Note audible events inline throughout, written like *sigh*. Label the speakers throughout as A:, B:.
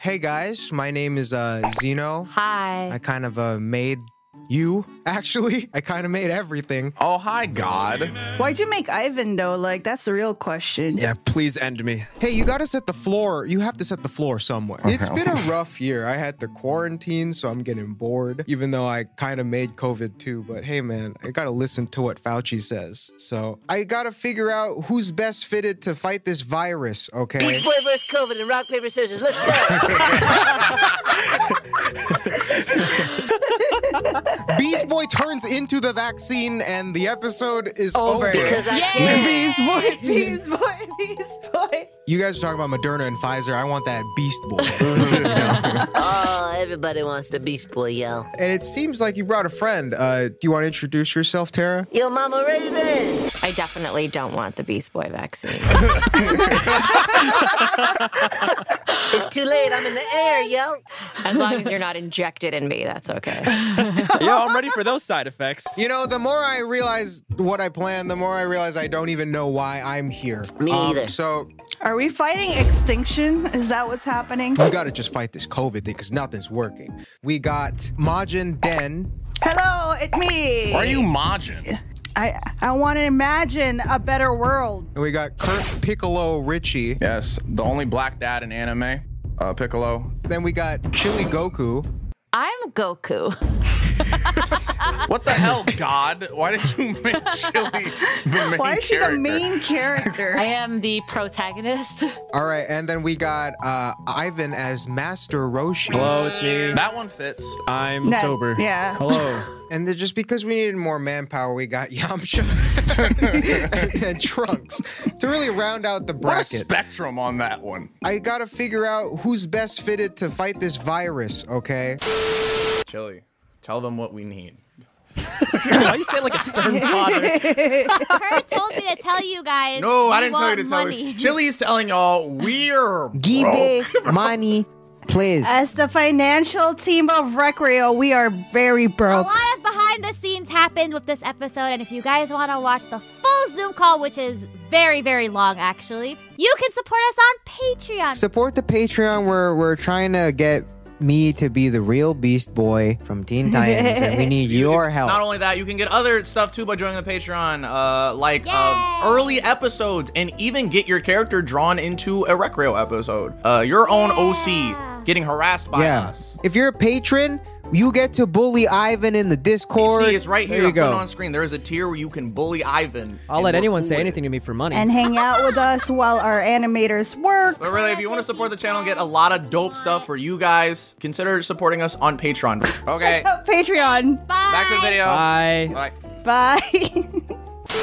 A: Hey guys, my name is uh, Zeno. I
B: Hi.
A: kind of uh, made you, *laughs* actually. I kind of made everything.
C: Oh, hi, God.
D: Why'd you make Ivan though? Like that's the real question.
C: Yeah, please end
A: *laughs*
C: me.
A: Hey, you gotta set the floor. You have to set the floor somewhere. It's
C: *laughs*
A: been a rough year. I had to quarantine, so I'm getting bored, even though I kind of made COVID too. But hey, man, I gotta listen to what Fauci says. So I gotta figure out who's best fitted to fight this virus, okay?
E: Beach Boy vs. COVID and rock, paper, scissors. Let's go.
A: Beast Boy turns into the vaccine, and the episode is over.
B: Over.
E: Because I
B: Yeah.
E: can't.
D: Beast boy, beast boy, beast boy.
A: You guys are talking about Moderna and Pfizer. I want that Beast Boy.
E: Oh, everybody wants to Beast Boy yell.
A: and it seems like you brought a friend. Uh, do you want to introduce yourself, Tara?
E: Yo, Mama Raven.
B: I definitely don't want the Beast Boy
E: *laughs*
B: vaccine.
E: It's too late. I'm in the air, yo.
B: As long as you're not injected in me, that's okay.
C: Yo, I'm ready for those side effects.
A: You know, the more I realize what I plan, the more I realize I don't even know why I'm here. Um,
E: Me either.
A: So
D: Are we fighting extinction? Is that what's happening?
A: you got to just fight this COVID thing because nothing's working. We got Majin Den.
D: Hello, it me.
F: Why are you Majin?
D: I I want to imagine a better world.
A: And we got Kurt Piccolo Richie.
F: Yes, the only black dad in anime, uh, Piccolo.
A: Then we got Chili Goku.
B: I'm Goku.
F: What the hell, *laughs* God? Why did you make
G: *laughs*
F: Chili the main
D: Why is she the
F: character?
D: main character?
H: I am the protagonist.
A: All right, and then we got uh, Ivan as Master Roshi.
C: Hello, it's me.
F: That one fits.
C: I'm
D: No,
C: sober.
D: yeah.
C: Hello.
A: *laughs* And then just because we needed more manpower, we got *laughs* Yamcha and, Trunks to really round out the
F: What a
A: bracket.
F: spectrum on that one.
A: I gotta figure out who's best fitted to fight this virus, okay?
I: Chili, tell them what we need.
C: *laughs* Why you say it like
H: *laughs*
C: a
F: *laughs*
C: stern father?
H: Kurt told me to tell you
I: *laughs*
H: guys.
I: No, I didn't tell
H: we
I: you
H: want
I: to tell
H: money.
I: you. Chili is telling y'all
A: *laughs*
I: we're broke.
A: money, please.
D: As the financial team of Recreo, we are very
H: A
D: broke.
H: lot of behind the scenes happened with this episode, and if you guys want to watch the full Zoom call, which is very, very long actually, you can support us on Patreon.
A: Support the Patreon. We're we're trying to get me to be the real Beast Boy from
F: *laughs*
A: Teen Titans, and we
I: *laughs*
A: need your help.
I: Not only that, you can get other stuff too by joining the Patreon, uh, like uh,
H: Yay!
I: early episodes, and even get your character drawn into a Recreo episode. Uh, your own
H: Yeah.
I: OC getting harassed by
A: yeah.
I: us.
A: If you're a patron, you get to bully Ivan in the Discord.
I: See, it's right
C: There
I: here.
C: you
I: I'm putting
C: go.
I: on screen. There is a tier where you can bully Ivan.
C: I'll
I: and
C: let
I: we're
C: anyone
I: cool
C: say
I: with
C: anything
I: it.
C: to me for money.
D: and hang out with us while our animators work.
I: But really, if you want to support the channel, and get a lot of dope stuff for you guys. Consider supporting us on Patreon. Okay,
D: Patreon.
H: Bye.
I: back to the video.
C: Bye.
I: Bye.
D: Bye.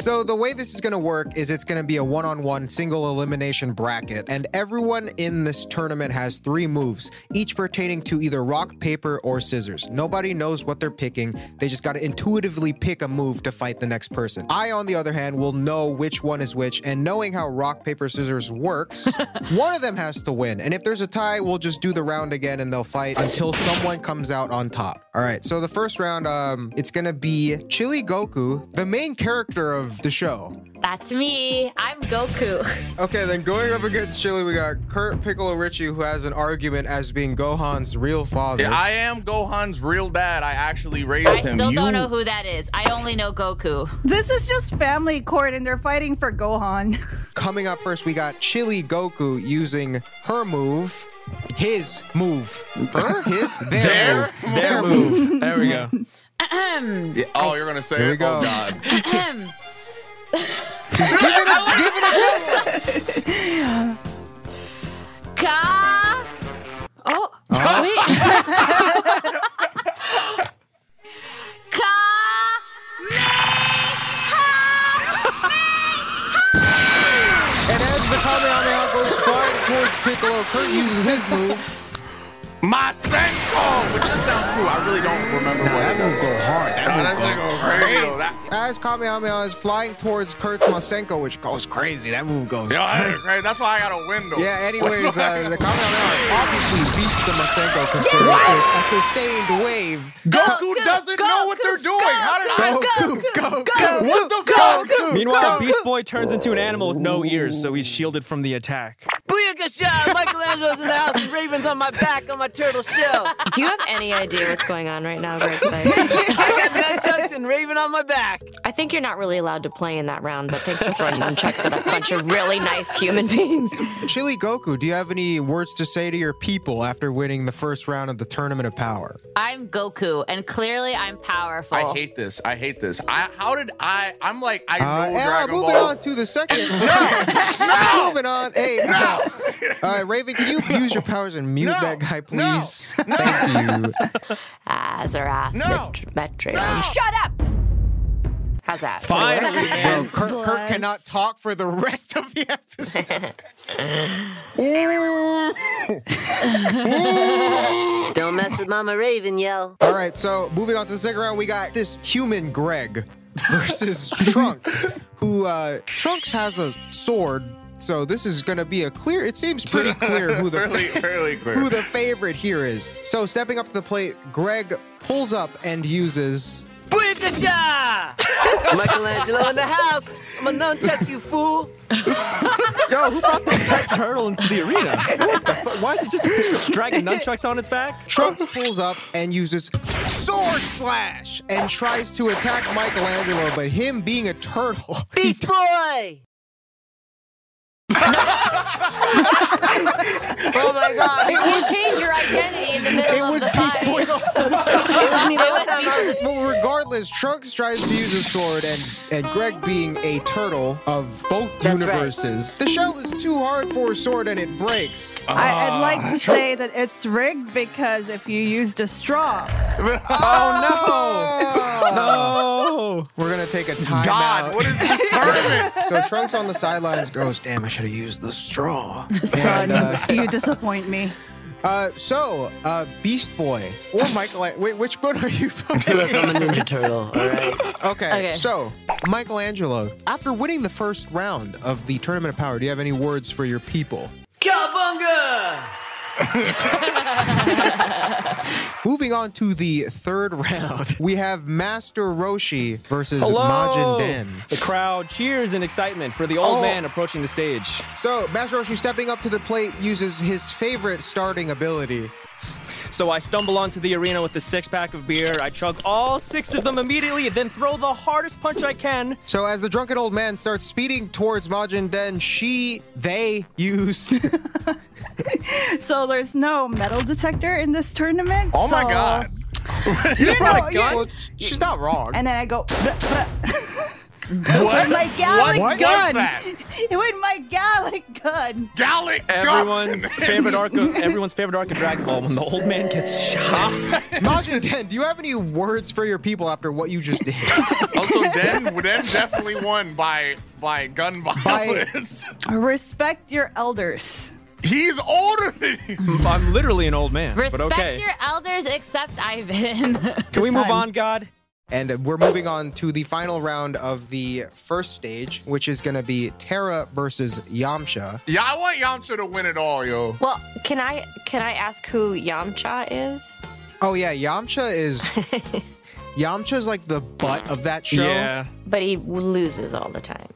A: So the way this is going to work is it's going to be a one-on-one single elimination bracket and everyone in this tournament has 3 moves each pertaining to either rock, paper or scissors. Nobody knows what they're picking. They just got to intuitively pick a move to fight the next person. I on the other hand will know which one is which and knowing how rock, paper, scissors works, one of them has to win. And if there's a tie, we'll just do the round again and they'll fight until someone comes out on top. All right. So the first round um it's going to be Chili Goku, the main character of the show.
H: That's me. I'm Goku.
A: Okay, then going up against Chili, we got Kurt Piccolo Richie, who has an argument as being Gohan's real father.
F: Yeah, I am Gohan's real dad. I actually raised
H: I
F: him.
H: still
F: you
H: don't know who that is. I only know Goku.
D: This is just family court, and they're fighting for Gohan. *laughs*
A: Coming up first, we got Chili Goku using her move, his move, her, *laughs* his, *laughs* their,
F: Their-
C: Their
A: move.
C: move. There we go.
F: Yeah, oh, you're gonna say
A: Here
F: it.
A: we go.
F: Oh
H: Ahem.
F: God.
G: *laughs*
A: Give it a, give it a go.
H: Ka. Oh, wait.
I: *laughs*
H: Ka. Me. Ha.
A: And as the Kamehameha goes flying towards Piccolo, Kurt uses his move.
F: My Senko! Which that sounds cool. I really don't remember what it is.
A: hard.
F: Nah, that thing go crazy, though. That-
A: As Kamehameha is flying towards Kurt's Masenko, which goes crazy. That move goes.
F: Yo, that is crazy. That's why I got a
I: *laughs*
F: window.
A: Yeah, anyways,
F: That's why I
A: uh,
F: got
A: the
F: a-
A: Kamehameha obviously beats the Masenko considering it's a sustained wave.
F: Goku, doesn't know what they're doing. How did I?
A: Goku, Goku,
F: What the fuck?
C: Meanwhile, Beast Boy turns into an animal with no ears, so he's shielded from the attack.
E: Booyaka a shot. Michelangelo's in the house. and Raven's on my back on my turtle shell.
B: Do you have any idea what's going on right now, Greg? Clay?
E: *laughs* I got nunchucks and Raven on my back.
B: I think you're not really allowed to play in that round, but thanks for throwing nunchucks at a bunch of really nice
A: *laughs*
B: human beings.
A: Chili Goku, do you have any words to say to your people after winning the first round of the Tournament of Power?
G: I'm Goku, and clearly I'm powerful.
F: I hate this. I hate this. I how did I? I'm like I
A: Uh,
F: know
A: yeah,
F: Dragon
A: moving
F: Ball.
A: on to the second. *laughs* no, no, moving on. Hey, no. All right, Raven, can you use your powers and mute
F: No.
A: that guy,
F: No.
A: please? *laughs* Thank you.
B: Azarath,
F: No.
B: Metreon. Shut up! How's that?
C: Finally, man.
A: Bro, Kirk, Kirk cannot talk for the rest of *laughs* the episode.
C: *laughs*
E: *laughs* Don't mess with Mama Raven, yell.
A: All right, so moving on to the second round, we got this human Greg *laughs* versus Trunks, who uh, Trunks has a sword. So this is going to be a clear. It seems pretty clear who
F: *laughs*
A: the
F: fairly, fairly clear.
A: who the favorite here is. So stepping up to the plate, Greg pulls up and uses.
E: Brickasha! Michelangelo in the house. I'm a nunchuck, you fool.
C: *laughs* Yo, who brought that pet *laughs* turtle into the
A: *laughs*
C: arena? What the fuck? Why is it just dragging nunchucks on its back?
A: Trunks pulls up and uses sword slash and tries to attack Michelangelo, but him being a turtle, *laughs* he
E: Beast Boy!
G: Oh my god!
A: It was-
G: change your identity in the middle
A: It was Beast Boy the whole
G: *laughs*
A: time.
E: It was me the whole time. I was
A: *laughs* Well, regardless, Trunks tries to use a sword, and, and Greg, being a turtle of both
E: That's right.
A: universes,
E: *laughs*
A: the shell is too hard for a sword and it breaks.
C: Ah.
D: I, I'd like to say that it's rigged because if you used a straw,
C: No.
A: We're gonna take a timeout.
F: God, what is this tournament?
A: *laughs* so Trunks on the sidelines goes, "Damn, I should have used the straw."
D: son,
A: And, uh,
D: *laughs* you disappoint me.
A: Uh, so, uh, Beast Boy or Michelangelo. Wait, which one
E: *laughs*
A: are you
E: Look,
A: fucking?
E: I'm a Ninja Turtle, alright?
A: okay,
B: Okay.
A: so Michelangelo, after winning the first round of the Tournament of Power, do you have any words for your people?
E: Cowabunga!
A: Moving on to the third *laughs* round, we have Master Roshi versus
C: Hello.
A: Majin Den.
C: The crowd cheers in excitement for the old
A: Oh.
C: man approaching the stage.
A: So, Master Roshi stepping up to the plate uses his favorite starting ability.
C: So I stumble onto the arena with a six pack of beer. I chug all six of them immediately, then throw the hardest punch I can.
A: So, as the drunken old man starts speeding towards Majin Den, she, they use.
D: *laughs*
A: *laughs*
D: So there's no metal detector in this tournament.
F: Oh my
D: so- *laughs*
F: God!
D: You know, you-
A: Well, she's not wrong. *laughs*
D: and then I go. "Bleh, bleh."
F: What?
D: my Gallic
F: what
D: gun.
F: was
D: *laughs*
F: that?
D: It went my Gallic gun.
F: Gallic
C: Everyone's
F: gun.
C: favorite arc of
F: *laughs*
C: everyone's favorite arc of Dragon Ball when the old man gets
A: *laughs*
C: shot.
A: Majin Den, do you have any words for your people after what you just did?
F: *laughs* Also, Den, Den definitely won by by gun violence. *laughs*
D: Respect your elders.
F: He's older than you.
C: I'm literally an old man,
G: Respect
C: but okay.
G: your elders, except Ivan.
C: Can we move on, God?
A: and we're moving on to the final round of the first stage, which is going to be Terra versus Yamcha.
F: Yeah, I want Yamcha to win it all, yo.
B: Well, can I can I ask who Yamcha is?
A: Oh yeah, Yamcha is Yamcha's like the butt of that show.
C: Yeah.
B: *laughs* But he loses all the time.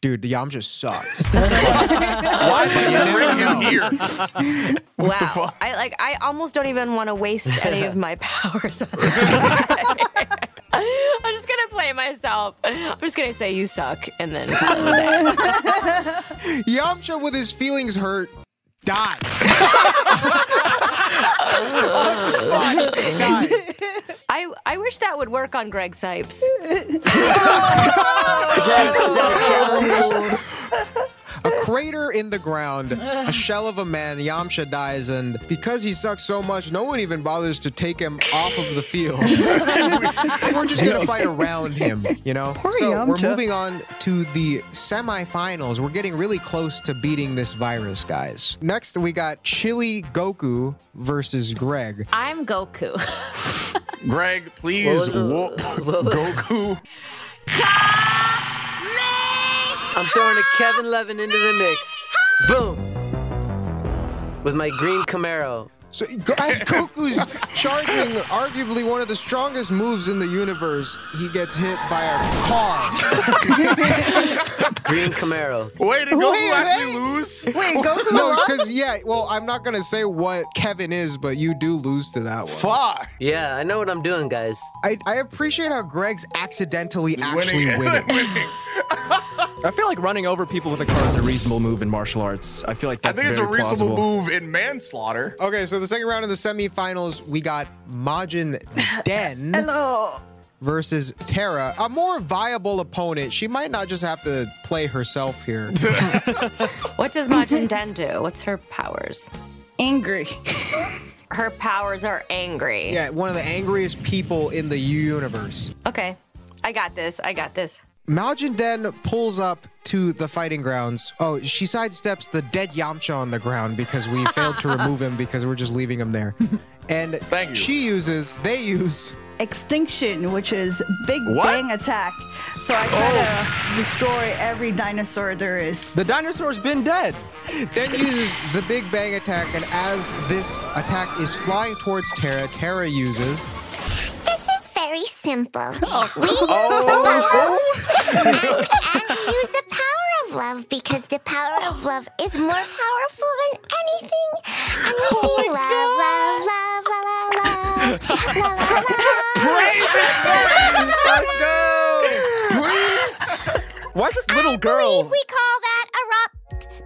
A: Dude, Yamcha
B: *laughs*
A: sucks.
F: Why did you bring him here?
B: wow. I like I almost don't even want to waste any of my *laughs* powers on this guy. *laughs* I'm just gonna play myself. I'm just gonna say you suck and then call it a day.
A: Yamcha with his feelings hurt dies. *laughs* On the spot, dies.
B: *laughs* I, I wish that would work on Greg Sipes.
E: Is that, is that a challenge?
A: A crater in the ground, a shell of a man, Yamcha dies, and because he sucks so much, no one even bothers to take him off of the field. *laughs* we're just gonna fight around him, you know? so we're
D: Yamcha.
A: moving on to the semifinals. We're getting really close to beating this virus, guys. Next we got Chili Goku versus Greg.
G: *laughs* I'm
F: *laughs*
G: Goku.
F: Greg, please
E: Whoa.
F: whoop *laughs* Goku.
E: I'm throwing a Kevin Levin into the mix. Boom. With my green Camaro.
A: So as Goku's charging arguably one of the strongest moves in the universe, he gets hit by a car.
E: Green
C: *laughs*
E: Camaro.
F: Wait, did Goku
D: Wait,
F: actually
D: wait.
F: lose? *laughs*
D: Wait, Goku
A: No,
D: lost?
A: because yeah, well, I'm not gonna say what Kevin is, but you do lose to that one.
F: Fuck.
E: Yeah, I know what I'm doing, guys.
A: I, I appreciate how Greg's accidentally
F: *laughs*
A: actually
F: Winning.
A: winning.
F: Winning.
C: I feel like running over people with a car is a reasonable move in martial arts. I feel like
F: I
C: that's
F: think it's a
C: very
F: reasonable
C: plausible.
F: move in manslaughter.
A: Okay, so the second round of the semifinals, we got
D: *laughs*
A: Majin Den
D: Hello.
A: versus Terra, a more viable opponent. She might not just have to play
F: *laughs*
A: herself here.
B: What does Majin Den do? What's her powers?
D: Angry.
B: Her powers are angry.
A: yeah, one of the angriest people in the universe.
B: Okay. I got this. I got this.
A: Majin Den pulls up to the fighting grounds. Oh, she sidesteps the dead Yamcha on the ground because
D: *laughs*
A: we failed to remove him because we're just leaving him there. And
F: Thank you.
A: she uses, they use
D: Extinction, which is Big Bang Attack. So I try to destroy every dinosaur there is.
C: The dinosaur's been dead.
A: Then uses the Big Bang attack, and as this attack is flying towards Terra, Terra uses.
J: This is
A: *laughs*
J: very simple.
G: Oh.
J: We use
F: Oh.
J: the powers, and, and we use the power of love because the power of love is more powerful than anything. And we
G: Oh
J: sing love, love, love, la la la, la la la.
C: Let's go. Why is this little girl?
J: Believe we call that a rock,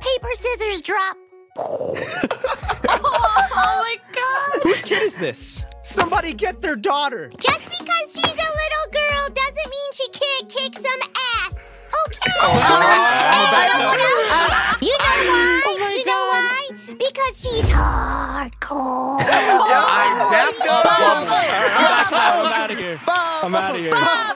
J: paper, scissors
G: *laughs*
J: drop.
G: Oh my god.
C: Whose kid is this? Somebody get their daughter.
J: Just because she's a little girl doesn't mean she can't kick some ass. Okay.
F: Oh,
J: you know why? you know
F: Oh
J: why? Because she's
F: *laughs*
J: hardcore.
F: I, that's
C: I'm out of here. I'm out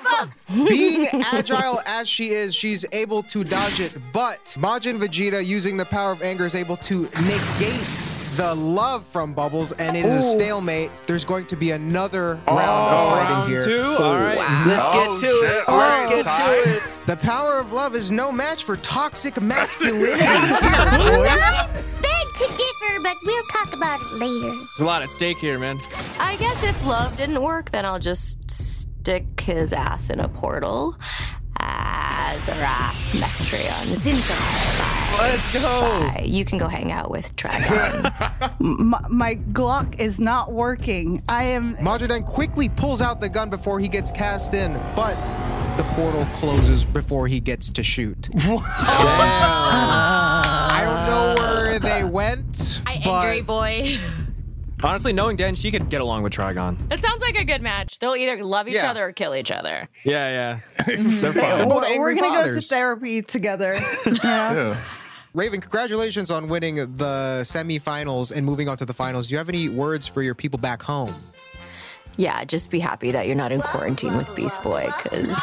C: of here.
A: Being agile as she is, she's able to dodge it, but Majin Vegeta, using the power of anger, is able to negate the love from Bubbles, and it is a stalemate. There's going to be another round of fighting
C: Round
A: here.
C: two. All right.
E: Let's get
F: Oh,
E: to
F: shit.
E: it.
F: All
E: Let's
F: right,
E: get to it.
A: The power of love is no match for
F: *laughs*
A: toxic masculinity here, boys.
J: Beg to differ, but we'll talk about it later.
C: There's a lot at stake here, man.
B: I guess if love didn't work, then I'll just stick his ass in a portal. Azeroth, Metreon, Zinthos.
C: Let's go.
B: You can go hang out with
A: *laughs*
B: Dragon.
D: My, my Glock is not working. I am.
A: Majidan quickly pulls out the gun before he gets cast in, but the portal closes before he gets to shoot. I don't know where they went,
G: I
A: but
G: angry boy.
C: Honestly, knowing Den, she could get along with Trigon.
B: that sounds like a good match. They'll either love each
A: Yeah.
B: other or kill each other.
C: Yeah, *laughs* yeah.
F: They're fine.
A: both
D: we're
A: angry
D: gonna go to
A: fathers. *laughs*
D: therapy together.
F: Yeah.
A: Raven, congratulations on winning the semifinals and moving on to the finals. Do you have any words for your people back home?
B: Yeah, just be happy that you're not in quarantine with Beast Boy,
A: *laughs*
B: because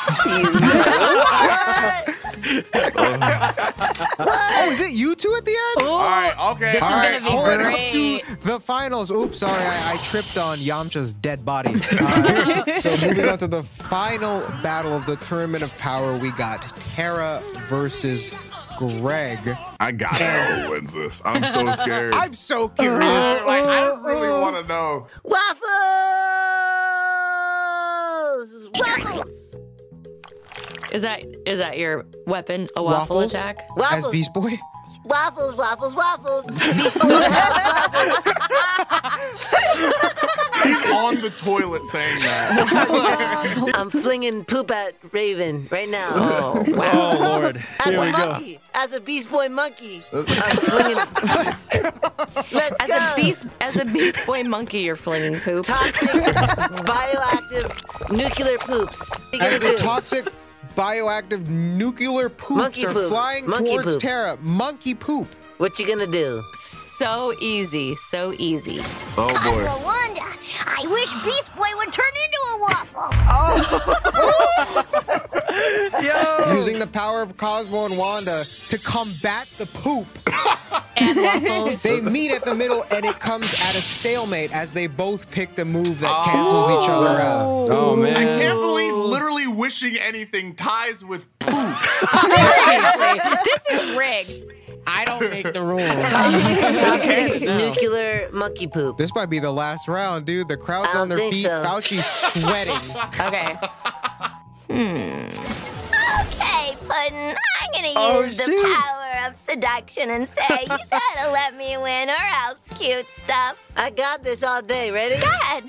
A: Oh, is it you two at the end?
F: All right. Okay. All right.
G: gonna be
A: All right, up
G: great.
A: to the finals. Oops, sorry, I, I tripped on Yamcha's dead body.
F: *laughs*
A: Uh, so moving on to the final battle of the Tournament of Power, we got Terra versus Greg.
F: I got to know who wins this. I'm so scared.
A: I'm so curious.
E: Uh,
F: like I really want to know.
J: Waffles! Waffles!
B: is that is that your weapon? A waffle
A: Waffles?
B: attack?
A: As
J: Waffles!
A: Beast Boy?
J: Waffles, waffles, waffles!
F: He's *laughs* on the toilet saying that.
E: I'm flinging poop at Raven right now.
B: Oh wow!
C: Oh lord.
A: *laughs*
E: As
C: Here
E: a
C: we go.
E: monkey, as a Beast Boy monkey, I'm flinging. Let's
B: As
E: go.
B: a beast,
A: *laughs*
B: as a Beast Boy monkey, you're flinging poop.
E: Toxic, bioactive, nuclear poops. What you
A: And
E: gonna
A: the
E: do?
A: toxic bioactive nuclear poops
E: Monkey
A: are
E: poop.
A: flying
E: Monkey
A: towards
E: poops.
A: Terra. Monkey poop.
E: What you gonna do?
B: So easy, so easy.
F: *laughs* Oh
J: Wanda, I wish Beast Boy would turn into a waffle.
F: Oh.
J: *laughs*
A: Using the power of Cosmo and Wanda to combat the poop.
G: *laughs* and waffles.
A: They meet at the middle and it comes at a stalemate as they both picked a move that cancels each other out.
C: Oh
F: boy. I
C: man.
F: can't believe literally wishing anything ties with poop. *laughs*
B: Seriously, this is rigged.
A: I don't make the rules.
E: Toxic, nuclear monkey poop.
A: This might be the last round, dude. The crowd's
E: I
A: on their
E: don't think
A: feet.
E: so. *laughs*
A: Fauci's sweating.
B: Okay.
J: okay, Puddin', I gonna
G: Oh,
J: use the
G: shoot.
J: power of seduction and
A: *laughs*
J: say, you gotta let me win or else, cute stuff.
E: I got this all day. Ready? Go
J: ahead.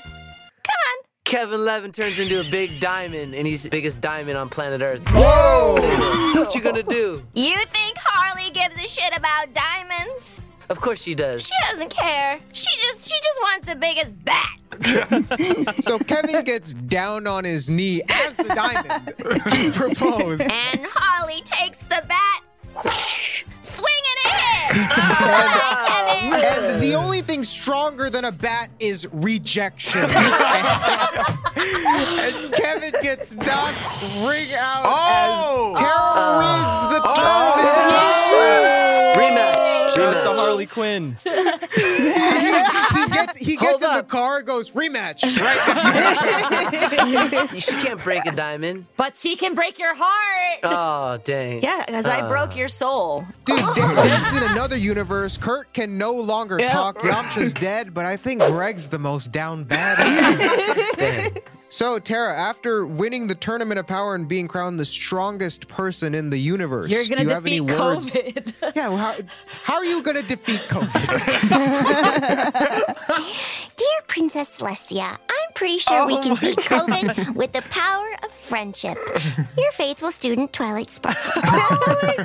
E: Kevin Levin turns into a big diamond, and he's the biggest diamond on planet Earth.
J: Whoa!
E: what you gonna do?
J: You think Harley gives a shit about diamonds?
E: Of course she does.
J: She doesn't care. She just she just wants the biggest bat.
A: *laughs* so Kevin gets down on his knee as the diamond
J: *laughs*
A: to propose.
J: And Harley takes the bat, whoosh, swinging it in.
E: *laughs*
A: And the only thing stronger than a bat is
E: *laughs*
A: rejection. and Kevin gets knocked ring out
E: Oh!
A: as Tara wins the tournament.
E: Rematch.
C: Shouts to
A: Rematch.
C: Harley Quinn.
A: he, he gets he gets in the car, goes
E: *laughs*
A: rematch. Right.
E: she can't break a diamond.
B: But she can break your heart.
E: *laughs*
F: Uh,
E: Oh dang.
B: Yeah, because
G: Uh.
B: I broke your soul.
A: Dude,
B: *laughs*
A: De- Deb's in another universe. Kurt can no longer talk. *laughs* Yamcha's dead, but I think Greg's the most down *laughs* bad. so, Tara, after winning the tournament of power and being crowned the strongest person in the universe,
B: You're gonna
A: do you have any *laughs*
B: defeat
A: words?
B: COVID.
A: Yeah, well, how, how are you going to defeat COVID?
J: *laughs* Dear Princess Celestia, I'm pretty sure we
A: Oh
J: can beat COVID with the power of friendship. Your faithful student, Twilight Sparkle.
D: this,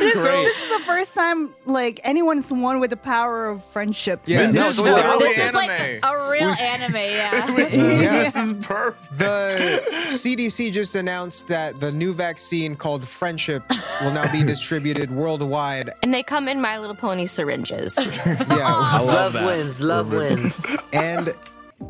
D: is-
J: great.
D: this is the first time like anyone's won with the power of friendship.
A: Yeah, This no, is it's literally literally
G: This is like a real anime, yeah.
A: *laughs* This is perfect. The CDC just announced that the new vaccine called Friendship will now *laughs* be distributed worldwide.
B: And they come in My Little Pony syringes.
A: Yeah,
B: I
E: love Love that. wins, love wins.
A: and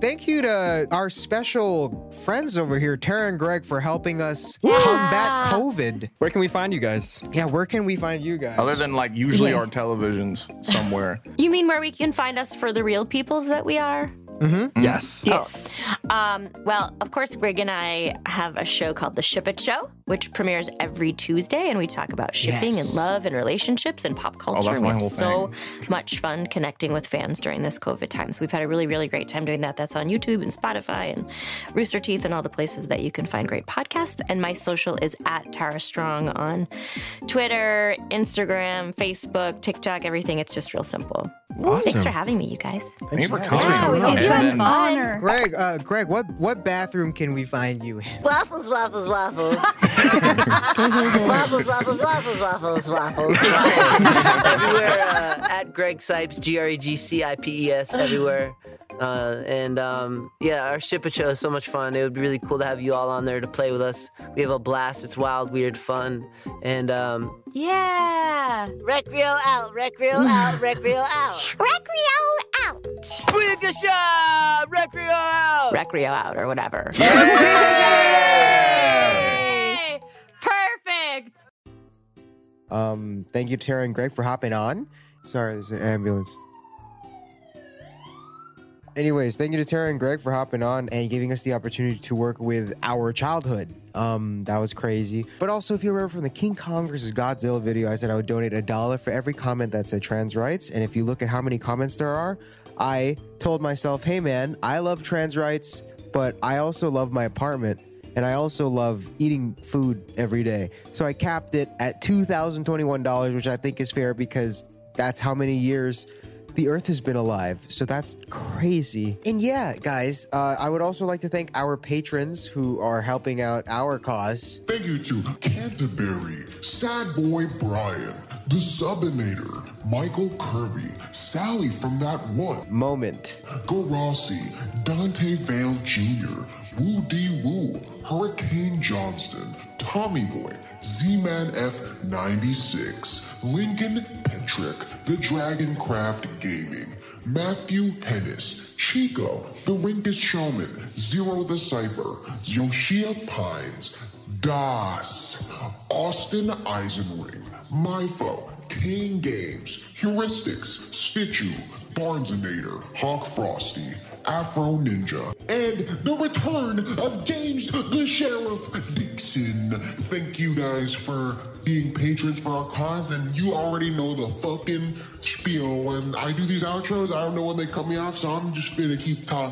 A: thank you to our special friends over here, Tara and Greg, for helping us combat
G: Uh,
A: COVID.
C: Where can we find you guys?
A: Yeah, where can we find you guys?
F: Other than like usually our televisions somewhere.
B: You mean where we can find us for the real peoples that we are?
F: Mm-hmm.
C: Yes.
B: Yes. Um, well, of course, Greg and I have a show called The Ship It Show, which premieres every Tuesday, and we talk about shipping
G: Yes. Oh,
B: and love and relationships and pop culture. and
G: that's
B: we
G: my
B: have
G: whole
B: so much fun connecting with fans during this COVID time. So we've had a really, really great time doing that. That's on YouTube and Spotify and Rooster Teeth and all the places that you can find great podcasts. And my social is at Tara Strong on Twitter, Instagram, Facebook, TikTok, everything. It's just real simple. Thanks
A: Awesome.
B: for having me, you guys.
A: Thanks
F: for
A: coming.
B: Wow, it's
A: And
B: an
A: then-
B: honor.
A: Greg, uh, Greg, what what bathroom can we find you in?
E: Waffles, waffles, waffles. waffles, waffles, waffles, waffles, waffles. everywhere uh, at Greg Sipes, G R E G C I P E S, everywhere. Uh, and um, yeah, our Ship It Show is so much fun. It would be really cool to have you all on there to play with us. We have a blast. It's wild, weird, fun. And um,
H: Yeah.
E: Recreo out, recreo out, recreo out.
J: Recreo out.
E: Bring the shot! Recreo out!
B: Recreo out or whatever.
G: Yay! Perfect.
A: Um, thank you, Tara and Greg, for hopping on. Sorry, there's an ambulance. Anyways, thank you to Tara and Greg for hopping on and giving us the opportunity to work with our childhood. Um, that was crazy. But also, if you remember from the King Kong versus Godzilla video, I said I would donate a dollar for every comment that said trans rights. And if you look at how many comments there are, I told myself, hey man, I love trans rights, but I also love my apartment and I also love eating food every day. So I capped it at $2,021, which I think is fair because that's how many years the earth has been alive. So that's crazy. And yeah, guys, uh, I would also like to thank our patrons who are helping out our cause.
K: Thank you to Canterbury, Sad Boy Brian, The Subinator, Michael Kirby, Sally from That One
A: Moment,
K: Garasi, Dante Vale Jr., Woo D Woo, Hurricane Johnston, Tommy Boy, Z Man F96, Lincoln Petrick, The Dragon Craft Gaming, Matthew Hennis, Chico, The Rinkus Showman, Zero the Cypher, Yoshia Pines, Das, Austin Eisenring, MyFo, King Games, Heuristics, Stitchu, Barnesonator, Hawk Frosty, Afro Ninja, and the return of James the Sheriff Dixon. Thank you guys for being patrons for our cause, and you already know the fucking spiel. When I do these outros, I don't know when they cut me off, so I'm just gonna keep talking.